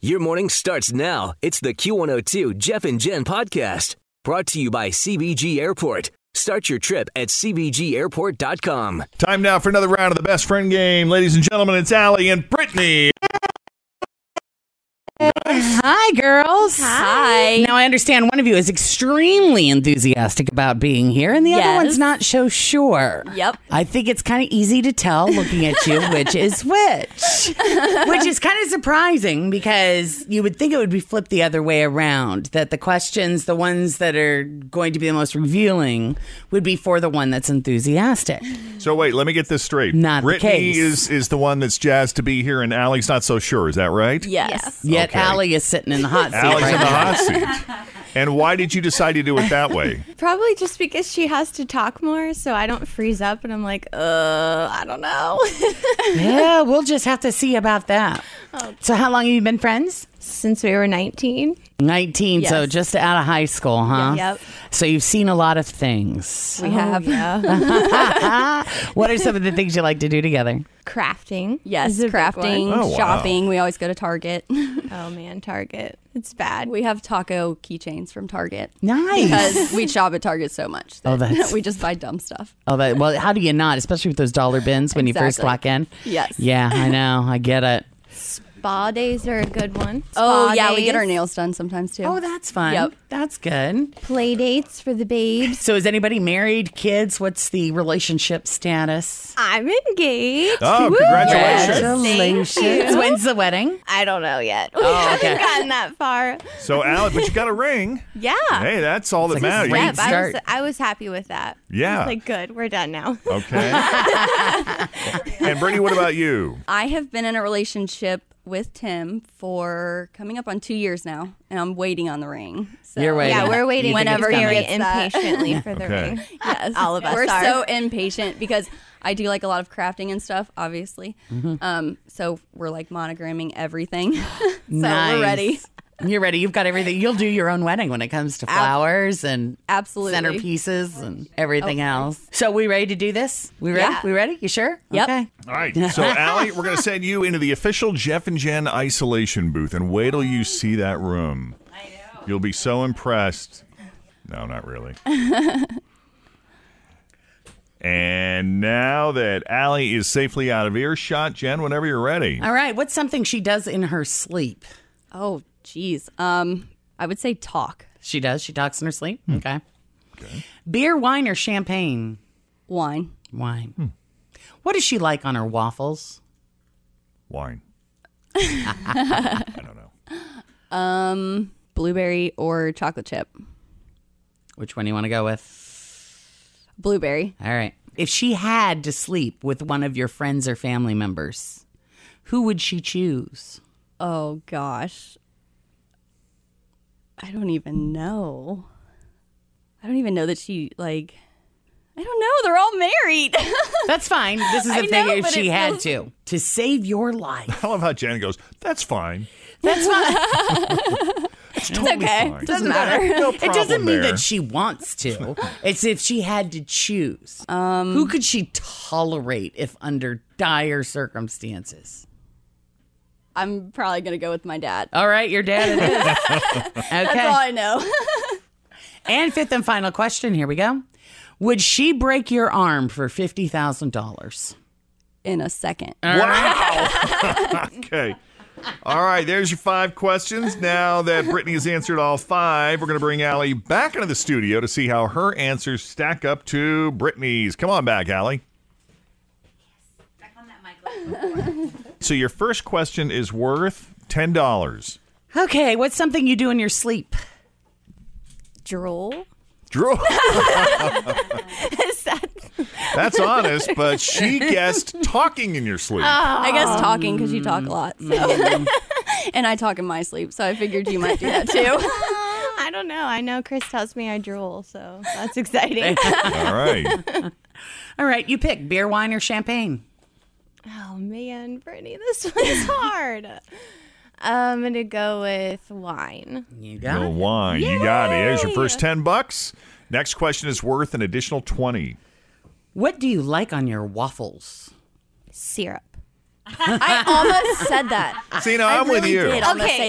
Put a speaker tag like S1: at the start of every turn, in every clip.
S1: Your morning starts now. It's the Q102 Jeff and Jen podcast brought to you by CBG Airport. Start your trip at CBGAirport.com.
S2: Time now for another round of the best friend game. Ladies and gentlemen, it's Allie and Brittany.
S3: Hi, girls. Hi. Now, I understand one of you is extremely enthusiastic about being here, and the other
S4: Yes.
S3: one's not so sure.
S4: Yep.
S3: I think it's kind of easy to tell looking at you which is which, which is kind of surprising because you would think it would be flipped the other way around that the questions, the ones that are going to be the most revealing, would be for the one that's enthusiastic.
S2: So wait, let me get this straight.
S3: Not the
S2: Brittany
S3: case.
S2: is is the one that's jazzed to be here, and Allie's not so sure. Is that right?
S4: Yes.
S3: Yet,
S2: Okay.
S3: Allie is sitting in the hot seat.
S2: Allie's
S3: right
S2: in the
S3: now.
S2: hot seat. And why did you decide to do it that way?
S5: Probably just because she has to talk more, so I don't freeze up and I'm like, uh, I don't know.
S3: Yeah, we'll just have to see about that.
S4: Oh.
S3: So, how long have you been friends?
S5: Since we were 19.
S3: 19, so
S4: Yes.
S3: just out of high school, huh?
S5: Yep.
S3: So you've seen a lot of things.
S4: Oh,
S5: We have yeah.
S3: What are some of the things you like to do together?
S5: crafting.
S4: Yes.
S5: is a big
S4: Crafting,
S5: one.
S2: Oh, wow.
S4: shopping. We always go to Target.
S5: Oh man, Target. It's bad.
S4: we have taco keychains from Target.
S3: Nice.
S4: Because we shop at Target so much.
S3: Oh, that's-
S4: we just buy dumb stuff.
S3: Oh, that, well, how do you not, especially with those dollar bins when you first
S4: Exactly.
S3: clock in?
S4: Yes.
S3: Yeah, I know. I get it.
S5: Spa days are a good one.
S4: Oh
S5: Spa
S4: yeah, we get our
S5: days.
S4: nails done sometimes too.
S3: Oh, that's fun.
S4: Yep.
S3: That's good.
S5: Play dates for the babes.
S3: So, is anybody married, kids? What's the relationship status?
S5: I'm engaged.
S2: Oh,
S5: Woo!
S2: congratulations.
S3: Congratulations. When's the wedding?
S5: I don't know yet. We
S3: okay.
S5: haven't gotten that far.
S2: So Allie, but you got a ring.
S5: Yeah.
S2: Hey, that's all that
S3: like a
S2: matters.
S3: great
S5: Yep, I was,
S3: start.
S5: I was happy with that.
S2: Yeah.
S5: I was like, good, we're done now.
S2: Okay. and Brittany, what about you?
S4: I have been in a relationship with Tim for coming up on two years now, and I'm waiting on the ring. So.
S3: You're waiting.
S5: Yeah, we're
S3: You
S5: waiting
S3: think it's
S5: whenever
S3: coming.
S5: very
S4: It's that.
S5: impatiently for the
S2: Okay.
S5: ring.
S4: Yes.
S5: All of us
S4: We're
S5: are.
S4: so impatient because I do like a lot of crafting and stuff, obviously. Um, so we're like monogramming everything. so
S3: Nice.
S4: we're ready.
S3: You're ready. You've got everything. You'll do your own wedding when it comes to flowers and
S4: Absolutely.
S3: centerpieces and everything else. So we ready to do this? We ready?
S4: Yeah.
S3: We ready? You sure?
S4: Yep.
S3: Okay.
S2: All right. So Allie, we're gonna send you into the official Jeff and Jen isolation booth, and wait till you see that room. I know. You'll be so impressed. No, not really. and now that Allie is safely out of earshot, Jen, whenever you're ready.
S3: All right. What's something she does in her sleep?
S4: Oh, geez. Um, I would say talk
S3: She does. She talks in her sleep. Okay. Beer, wine, or champagne?
S4: wine.
S3: Wine. What does she like on her waffles?
S2: Wine. I don't know.
S4: Um, blueberry or chocolate chip.
S3: Which one do you want to go with?
S4: Blueberry.
S3: All right. If she had to sleep with one of your friends or family members, who would she choose?
S4: Oh gosh. I don't even know. I don't even know that she like I don't know, they're all married.
S3: That's fine. This is
S4: I
S3: the thing
S4: know,
S3: if
S4: but
S3: she
S4: it
S3: had
S4: feels-
S3: to. To save your life.
S2: I love how Jen goes. That's fine.
S3: That's not
S2: It's totally
S4: okay.
S2: fine.
S4: Doesn't matter.
S2: No
S3: It doesn't
S2: problem
S3: mean
S2: there.
S3: that she wants to. it's if she had to choose.
S4: Um,
S3: Who could she tolerate if under dire circumstances?
S4: I'm probably gonna go with my dad.
S3: All right, your dad it is.
S4: That's all
S3: okay.
S4: I know.
S3: And fifth and final question. Here we go. Would she break your arm for fifty thousand dollars?
S4: In a second.
S2: Wow. okay. All right, there's your five questions. Now that Brittany has answered all five, we're going to bring Allie back into the studio to see how her answers stack up to Brittany's. Come on back, Allie. So your first question is worth ten dollars.
S3: Okay, what's something you do in your sleep?
S4: Drool.
S2: Drew. That's honest, but she guessed talking in your sleep.
S4: I guess talking because you talk a lot. so. and I talk in my sleep, so I figured you might do that too.
S5: I don't know. I know Chris tells me I drool, so that's exciting.
S2: All right.
S3: All right, you pick beer, wine, or champagne.
S5: oh man, Brittany, this one's hard. I'm gonna go with wine.
S3: You
S2: The
S3: got it.
S2: wine. You got it. There's your first 10 bucks. Next question is worth an additional 20.
S3: What do you like on your waffles?
S5: Syrup.
S4: I almost said that.
S2: See, now I'm with you.
S4: Okay.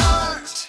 S6: art.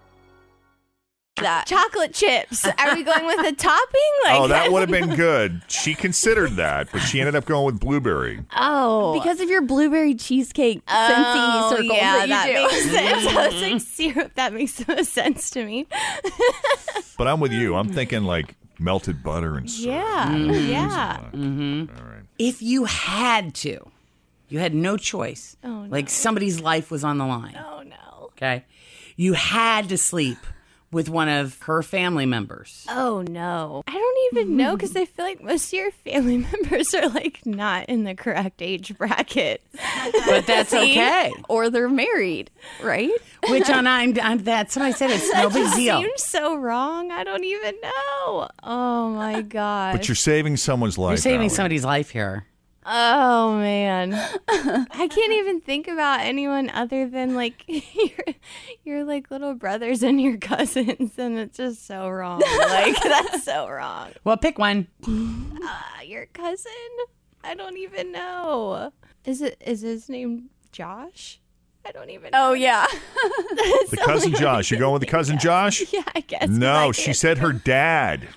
S4: That.
S5: Chocolate chips. Are we going with a topping? Like
S2: Oh, that would have been good. She considered that, but she ended up going with blueberry.
S5: oh,
S4: Because of your blueberry cheesecake scentsy
S5: oh,
S4: circles
S5: yeah,
S4: that you do.
S5: makes sense. I was like, syrup. That makes the most sense to me.
S2: But I'm with you. I'm thinking like melted butter and syrup.
S5: Yeah,
S2: Mm-hmm.
S5: yeah.
S3: If you had to, you had no choice. Oh, Like somebody's life was on the line.
S5: Oh no.
S3: Okay. You had to sleep with one of her family members.
S5: Oh no. I don't even know because I feel like most of your family members are like not in the correct age bracket.
S3: But that's okay.
S4: Or they're married, right?
S3: Which on I'm, I'm that somebody said it's no big deal.
S5: Seems so wrong. I don't even know. Oh my god.
S2: But you're saving someone's life.
S3: You're saving
S2: Allie.
S3: somebody's life here.
S5: Oh man, I can't even think about anyone other than like your, your like little brothers and your cousins, and it's just so wrong. Like that's so wrong.
S3: Well, pick one.
S5: Uh, your cousin? I don't even know. Is it is his name Josh? I don't even. know.
S4: Oh, yeah.
S2: The cousin Josh. You're going with the cousin Josh?
S5: yeah, I guess. 'cause I
S2: No,
S5: can't-
S2: she said her dad.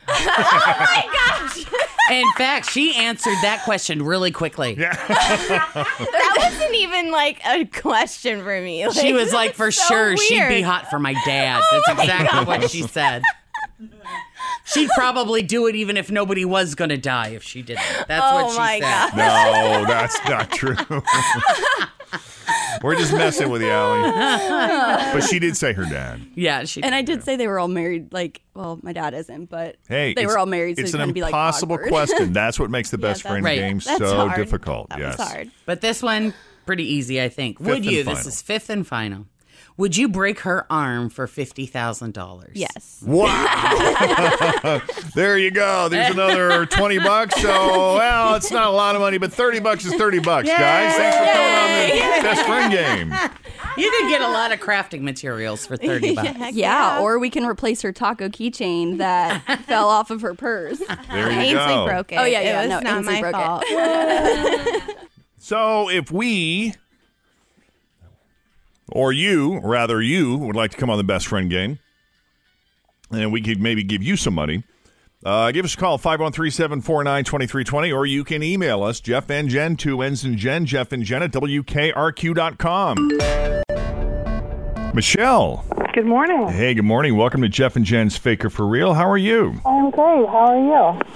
S3: In fact, she answered that question really quickly.
S5: that wasn't even like a question for me.
S3: She
S5: Like,
S3: was like, for
S5: so
S3: sure, she'd be
S5: weird. Oh
S3: hot for my dad. That's exactly what she said. She'd probably do it even if nobody was going to die if she didn't. That's
S5: Oh
S3: what she
S5: my
S3: said.
S5: God.
S2: No, Oh, that's not true. We're just messing with you, Allie. But she did say her dad.
S3: Yeah, she
S4: And I did say they were all married. Like, well, my dad isn't, but
S2: Hey,
S4: they
S2: it's-
S4: were all married. So
S2: It's
S4: it
S2: an
S4: kind of be like
S2: impossible
S4: awkward.
S2: question. That's what makes the best
S5: that-
S2: friend
S3: Right.
S2: game
S5: That's
S2: so
S5: hard.
S2: difficult.
S5: That
S2: yes,
S5: was hard.
S3: But this one, pretty easy, I think. Would
S2: and
S3: you?
S2: final.
S3: This is fifth and final. Would you break her arm for fifty thousand dollars?
S5: Yes.
S2: Wow! there you go. There's another twenty bucks. So, well, it's not a lot of money, but thirty bucks is thirty bucks, guys. Thanks for coming on the best friend game.
S3: You could get a lot of crafting materials for thirty bucks.
S5: Heck
S4: Yeah, or we can replace her taco keychain that fell off of her purse.
S2: There you
S5: Ainsley
S2: go.
S5: broke it.
S4: Oh, yeah,
S5: It
S4: yeah,
S5: was
S4: no,
S5: not
S4: Ainsley
S5: my
S4: broke it.
S5: fault.
S2: So, if we or you, rather you, would like to come on the best friend game, and we could maybe give you some money. Uh, give us a call, 513-749-2320, or you can email us, Jeff and Jen, two N's and Jen, Jeff and Jen at WKRQ.com. Michelle.
S7: Good morning.
S2: Hey, good morning. Welcome to Jeff and Jen's Faker for Real. How are you?
S7: I'm great. How are you?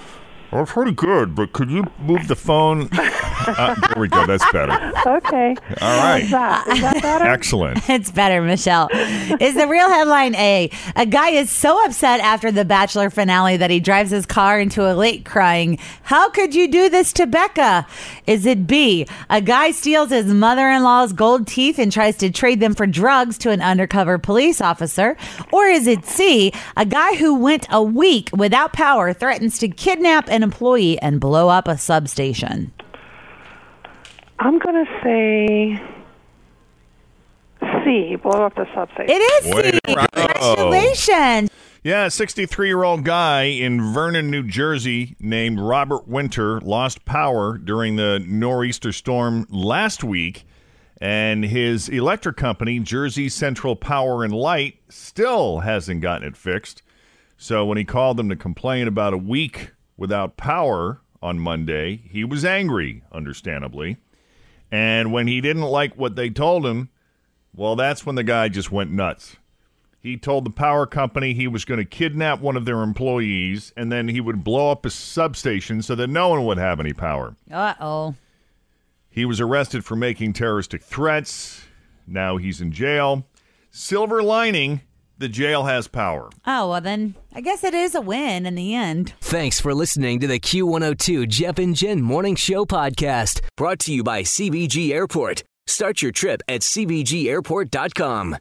S2: I'm pretty good, but could you move the phone Uh, there we go. That's better.
S8: Okay.
S2: All
S8: How's
S2: right.
S8: that? Is that better?
S2: Excellent.
S5: It's better, Michelle. Is the real headline A? A guy is so upset after the Bachelor finale that he drives his car into a lake crying, How could you do this to Becca? Is it B? A guy steals his mother in law's gold teeth and tries to trade them for drugs to an undercover police officer? Or is it C? A guy who went a week without power threatens to kidnap an employee and blow up a substation?
S8: I'm going to say C, blow up the substation.
S5: It
S2: Way to go.
S5: Congratulations.
S2: Yeah, 63 year old guy in Vernon, New Jersey, named Robert Winter, lost power during the nor'easter storm last week. And his electric company, Jersey Central Power and Light, still hasn't gotten it fixed. So when he called them to complain about a week without power on Monday, he was angry, understandably. And when he didn't like what they told him, well, that's when the guy just went nuts. He told the power company he was going to kidnap one of their employees and then he would blow up a substation so that no one would have any power.
S5: Uh oh.
S2: He was arrested for making terroristic threats. Now he's in jail. Silver lining the jail has power.
S5: Oh, well, then I guess it is a win in the end.
S1: Thanks for listening to the Q102 Jeff and Jen Morning Show podcast, brought to you by CBG Airport. Start your trip at CBGAirport.com.